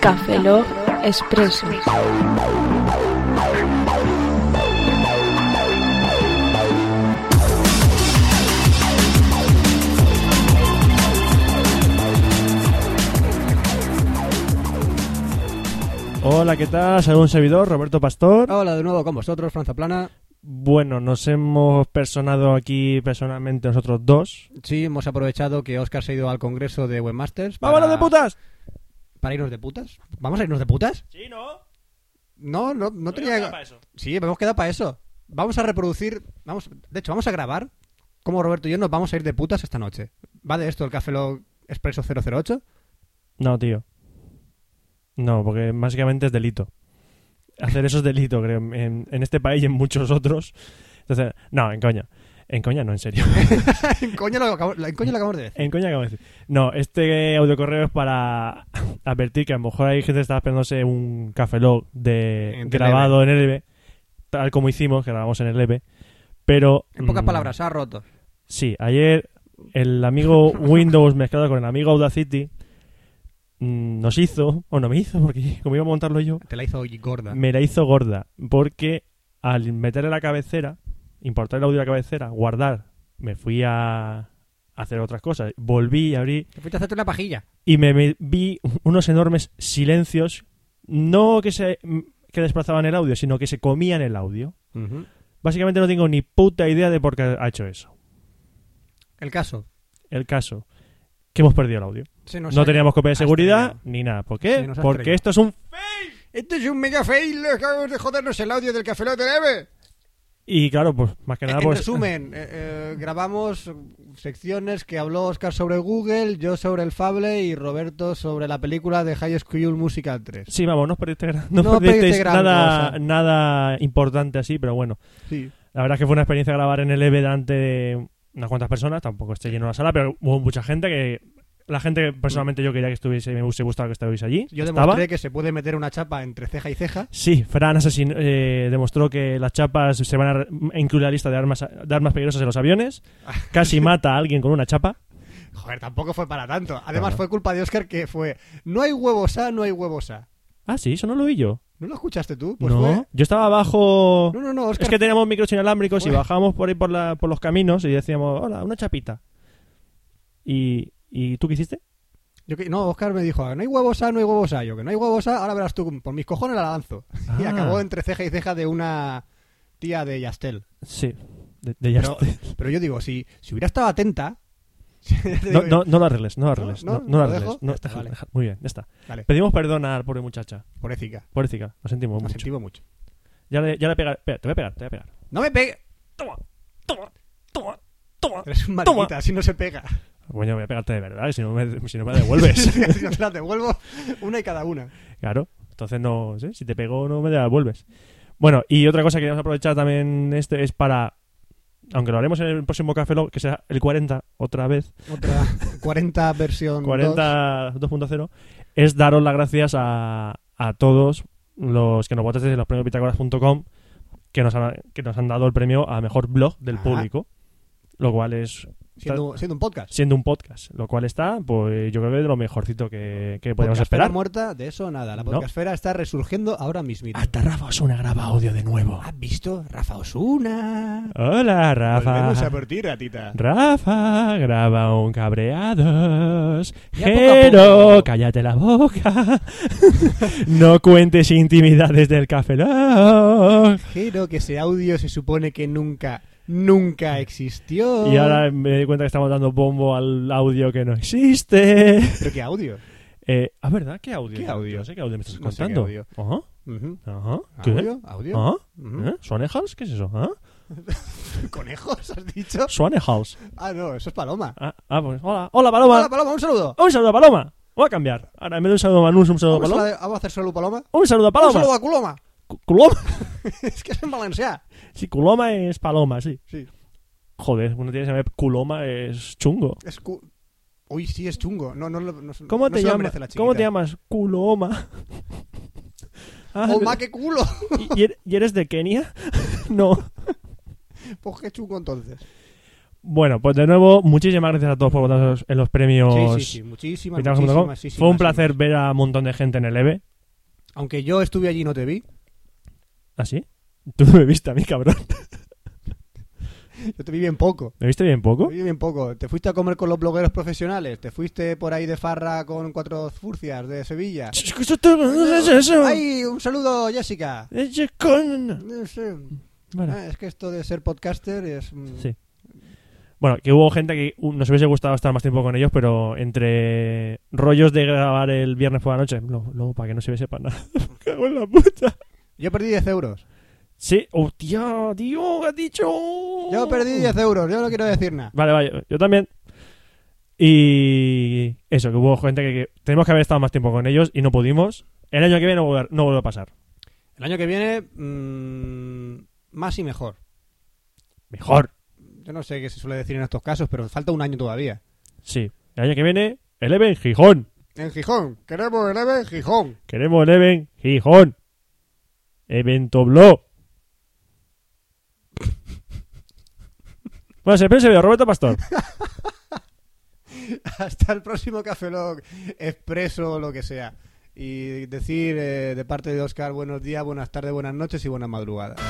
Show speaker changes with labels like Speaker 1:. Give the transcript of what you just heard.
Speaker 1: Café Log Expreso.
Speaker 2: Hola, ¿qué tal? Soy un servidor, Roberto Pastor.
Speaker 3: Hola de nuevo con vosotros, Franza Plana.
Speaker 2: Bueno, nos hemos personado aquí personalmente nosotros dos.
Speaker 3: Sí, hemos aprovechado que Oscar se ha ido al congreso de Webmasters. para-
Speaker 2: ¡Vámonos de putas!
Speaker 3: ¿Para irnos de putas? ¿Vamos a irnos de putas?
Speaker 2: Sí, ¿no?
Speaker 3: No, no, no tenía... Sí, hemos quedado para eso. Vamos a reproducir... vamos De hecho, vamos a grabar como Roberto y yo nos vamos a ir de putas esta noche. ¿Va de esto el Café Log Expreso 008?
Speaker 2: No, tío. No, porque básicamente es delito. Hacer eso es delito, creo, en, en este país y en muchos otros. Entonces, no, en coña. En coña, no, en serio.
Speaker 3: en, coña lo acabo- en coña lo acabamos de decir.
Speaker 2: En coña acabo de decir. No, este audio correo es para advertir que a lo mejor hay gente que está esperándose un café log de
Speaker 3: En TLV.
Speaker 2: grabado en LB, tal como hicimos, que grabamos en LB. Pero.
Speaker 3: En pocas
Speaker 2: mm,
Speaker 3: palabras, se ha roto.
Speaker 2: Sí, ayer el amigo Windows mezclado con el amigo Audacity mm, nos hizo, o no me hizo, porque como iba a montarlo yo,
Speaker 3: Te la hizo hoy gorda.
Speaker 2: me la hizo gorda. Porque al meterle la cabecera, importar el audio de la cabecera, guardar, me fui a hacer otras cosas. Volví a abrir
Speaker 3: Te fuiste a hacerte una pajilla.
Speaker 2: y me, me- vi unos enormes silencios, no que se mm, que desplazaban el audio, sino que se comían el audio. Básicamente no tengo ni puta idea de por qué ha hecho eso.
Speaker 3: El caso.
Speaker 2: El caso que hemos perdido el audio.
Speaker 3: Se nos
Speaker 2: No
Speaker 3: ha-
Speaker 2: teníamos copia de
Speaker 3: has
Speaker 2: seguridad
Speaker 3: estrellado.
Speaker 2: ni nada. ¿Por
Speaker 3: Sí,
Speaker 2: qué?
Speaker 3: nos has
Speaker 2: Porque
Speaker 3: estrellado.
Speaker 2: esto es un...
Speaker 3: Este es un mega fail. Acabamos de jodernos el audio del Café Log de Neve.
Speaker 2: Y claro, pues más que
Speaker 3: En,
Speaker 2: nada...
Speaker 3: en
Speaker 2: pues,
Speaker 3: resumen, eh, eh, grabamos secciones que habló Oscar sobre Google, yo sobre el Fable y Roberto sobre la película de High School Musical 3.
Speaker 2: Sí, vamos, no os perdiste, gran- no os
Speaker 3: No
Speaker 2: perdisteis
Speaker 3: perdiste gran
Speaker 2: nada,
Speaker 3: cosa.
Speaker 2: nada importante así, pero bueno.
Speaker 3: Sí.
Speaker 2: La verdad es que fue una experiencia grabar en el EVE delante de unas cuantas personas. Tampoco esté lleno la sala, pero hubo mucha gente que... La gente que personalmente yo quería que estuviese, me hubiese gustado que estuvierais allí.
Speaker 3: Yo
Speaker 2: Estaba.
Speaker 3: demostré que se puede meter una chapa entre ceja y ceja.
Speaker 2: Sí, Fran asesin- eh, demostró que las chapas se van a re- incluir en la lista de armas, de armas peligrosas en los aviones.
Speaker 3: Ah.
Speaker 2: Casi mata a alguien con una chapa.
Speaker 3: Joder, tampoco fue para tanto. Además,
Speaker 2: Claro.
Speaker 3: fue culpa de Oscar que fue: No hay huevos A, no hay huevos A.
Speaker 2: Ah, sí, eso no lo oí yo.
Speaker 3: ¿No lo escuchaste tú? Pues
Speaker 2: no,
Speaker 3: fue-
Speaker 2: yo estaba abajo.
Speaker 3: No, no, no, Oscar.
Speaker 2: Es que teníamos micros inalámbricos y
Speaker 3: Bueno.
Speaker 2: bajábamos por ahí por, la- por los caminos y decíamos, hola, una chapita. ¿Y, y tú qué hiciste?
Speaker 3: Yo que- no, Oscar me dijo, no hay huevos A, no hay huevos A. Yo que no hay huevos A, ahora verás tú, por mis cojones la lanzo. Y
Speaker 2: Ah.
Speaker 3: acabó entre ceja y ceja de una tía de Yastel.
Speaker 2: Sí, de, de ya
Speaker 3: Pero,
Speaker 2: está.
Speaker 3: pero yo digo, si, si hubiera estado atenta...
Speaker 2: No, no, no lo arregles, no lo arregles.
Speaker 3: ¿No?
Speaker 2: No,
Speaker 3: ¿No?
Speaker 2: no lo
Speaker 3: ¿Lo
Speaker 2: arregles.
Speaker 3: dejo?
Speaker 2: no,
Speaker 3: Ya está,
Speaker 2: deja-
Speaker 3: vale.
Speaker 2: deja- muy bien, ya está.
Speaker 3: Vale.
Speaker 2: Pedimos perdón a la pobre muchacha.
Speaker 3: Pobrecica,
Speaker 2: Pobrecita, lo sentimos
Speaker 3: lo
Speaker 2: mucho.
Speaker 3: sentí mucho.
Speaker 2: Ya le, ya le pega- espera, te voy a pegar, te voy a pegar.
Speaker 3: ¡No me pegue!
Speaker 2: Toma, toma, toma, toma.
Speaker 3: Eres un mariquita, así no se pega.
Speaker 2: Bueno, voy a pegarte de verdad, que si no me, si no me la devuelves.
Speaker 3: si no te las devuelvo, una y cada una.
Speaker 2: Claro, entonces no sé, si te pegó no me la vuelves. Bueno, y otra cosa que queríamos aprovechar también este es para, aunque lo haremos en el próximo Café Lock, que será el 40 otra vez,
Speaker 3: Otra 40 versión 2.
Speaker 2: 40 2.0, es daros las gracias a, a todos los que nos votasteis en los premios pitagoras.com que nos, han, que nos han dado el premio a mejor blog del
Speaker 3: Ah.
Speaker 2: público, lo cual es,
Speaker 3: Siendo, siendo un podcast.
Speaker 2: siendo un podcast, lo cual está, pues yo creo que de lo mejorcito que, que podíamos
Speaker 3: Podcastfera
Speaker 2: esperar.
Speaker 3: muerta, de eso nada. La
Speaker 2: No. Ah,
Speaker 3: podcastfera está resurgiendo ahora mismo.
Speaker 2: Hasta Rafa Osuna graba audio de nuevo.
Speaker 3: ¿Has visto? Rafa Osuna.
Speaker 2: Hola, Rafa.
Speaker 3: partir, ratita.
Speaker 2: Rafa, graba un cabreados.
Speaker 3: Ya poco a
Speaker 2: Jero,
Speaker 3: poco.
Speaker 2: cállate la boca. no cuentes intimidades del café. Lock.
Speaker 3: Pero que ese audio se supone que nunca, nunca existió.
Speaker 2: Y ahora me di cuenta que estamos dando bombo al audio que no existe.
Speaker 3: ¿Pero qué audio?
Speaker 2: Eh, ah, ¿verdad? ¿Qué audio?
Speaker 3: ¿Qué audio?
Speaker 2: No sé qué audio me estás
Speaker 3: No sé qué
Speaker 2: contando.
Speaker 3: audio.
Speaker 2: Ajá,
Speaker 3: Ujú.
Speaker 2: ajá. ¿Qué?
Speaker 3: ¿Audio? ¿Audio? Mm.
Speaker 2: ¿Ah?
Speaker 3: Ujú.
Speaker 2: ¿Eh? ¿Swanehals? ¿Qué es eso? ¿Ah?
Speaker 3: ¿Conejos has dicho?
Speaker 2: ¿Swanehals?
Speaker 3: Ah, no, eso es Paloma.
Speaker 2: Ah, ah, pues hola. Hola, Paloma.
Speaker 3: Hola, Paloma, un saludo.
Speaker 2: Un saludo a Paloma. Voy a cambiar. Ahora, en vez de un saludo a Manus, un saludo a
Speaker 3: Vamos a,
Speaker 2: Paloma.
Speaker 3: la- vamos a hacer saludo Paloma.
Speaker 2: Un saludo a
Speaker 3: Un
Speaker 2: Paloma.
Speaker 3: saludo a Culoma.
Speaker 2: Cu- Culoma.
Speaker 3: es que es en Valencia.
Speaker 2: Sí, Culoma es Paloma, sí.
Speaker 3: Sí.
Speaker 2: Joder, uno tiene que saber Culoma es chungo.
Speaker 3: Es cu- Uy, sí, es chungo. No, no, lo- no se-
Speaker 2: ¿Cómo,
Speaker 3: no
Speaker 2: te,
Speaker 3: se lo
Speaker 2: llamas?
Speaker 3: merece la
Speaker 2: ¿Cómo te
Speaker 3: chiquita.
Speaker 2: llamas? Culoma. Ah, er,
Speaker 3: ¡Oh, ma, qué culo!
Speaker 2: ¿y- ¿Y eres de Kenia? no.
Speaker 3: pues qué chungo entonces.
Speaker 2: Bueno, pues de nuevo, muchísimas gracias a todos por votar en los- en los premios.
Speaker 3: Sí, sí, sí. Muchísimas,
Speaker 2: Vitamos.com.
Speaker 3: muchísimas, sí, sí,
Speaker 2: Fue un
Speaker 3: más,
Speaker 2: placer ver a un montón de gente en el EVE.
Speaker 3: sí. Aunque yo estuve allí y no te vi.
Speaker 2: ¿Así? ¿Ah, Tú me viste a mí, cabrón.
Speaker 3: Yo te vi bien poco.
Speaker 2: ¿Me viste bien
Speaker 3: Te
Speaker 2: poco?
Speaker 3: vi bien poco. Te fuiste a comer con los blogueros profesionales. Te fuiste por ahí de farra con cuatro furcias de Sevilla.
Speaker 2: Es que eso te- no es eso.
Speaker 3: ¡Ay! Un saludo, Jessica.
Speaker 2: Es que con-
Speaker 3: No sé.
Speaker 2: Bueno,
Speaker 3: Ah, es que esto de ser podcaster es. mm,
Speaker 2: Sí. Bueno, que hubo gente que uh, nos hubiese gustado estar más tiempo con ellos, pero entre rollos de grabar el viernes por la noche, luego, luego para que no se viese para nada. Me cago en la puta.
Speaker 3: Yo perdí 10 euros.
Speaker 2: Sí, hostia, tío, ¿qué has dicho?
Speaker 3: Yo perdí 10 euros. Yo no quiero decir nada.
Speaker 2: Vale, vale, yo también. Y eso, que hubo gente que, que tenemos que haber estado más tiempo con ellos y no pudimos. El año que viene no vuelve, no vuelve a pasar.
Speaker 3: El año que viene, mm, más y mejor.
Speaker 2: Mejor.
Speaker 3: Yo no sé qué se suele decir en estos casos, pero falta un año todavía.
Speaker 2: Sí. El año que viene, el EVE en Gijón.
Speaker 3: En Gijón. Queremos el EVE en Gijón.
Speaker 2: Queremos el EVE en Gijón. Evento blog. Bueno, se se veo, Roberto Pastor.
Speaker 3: Hasta el próximo Café Lock, expreso o lo que sea. Y decir eh, de parte de Oscar buenos días, buenas tardes, buenas noches y buenas madrugadas.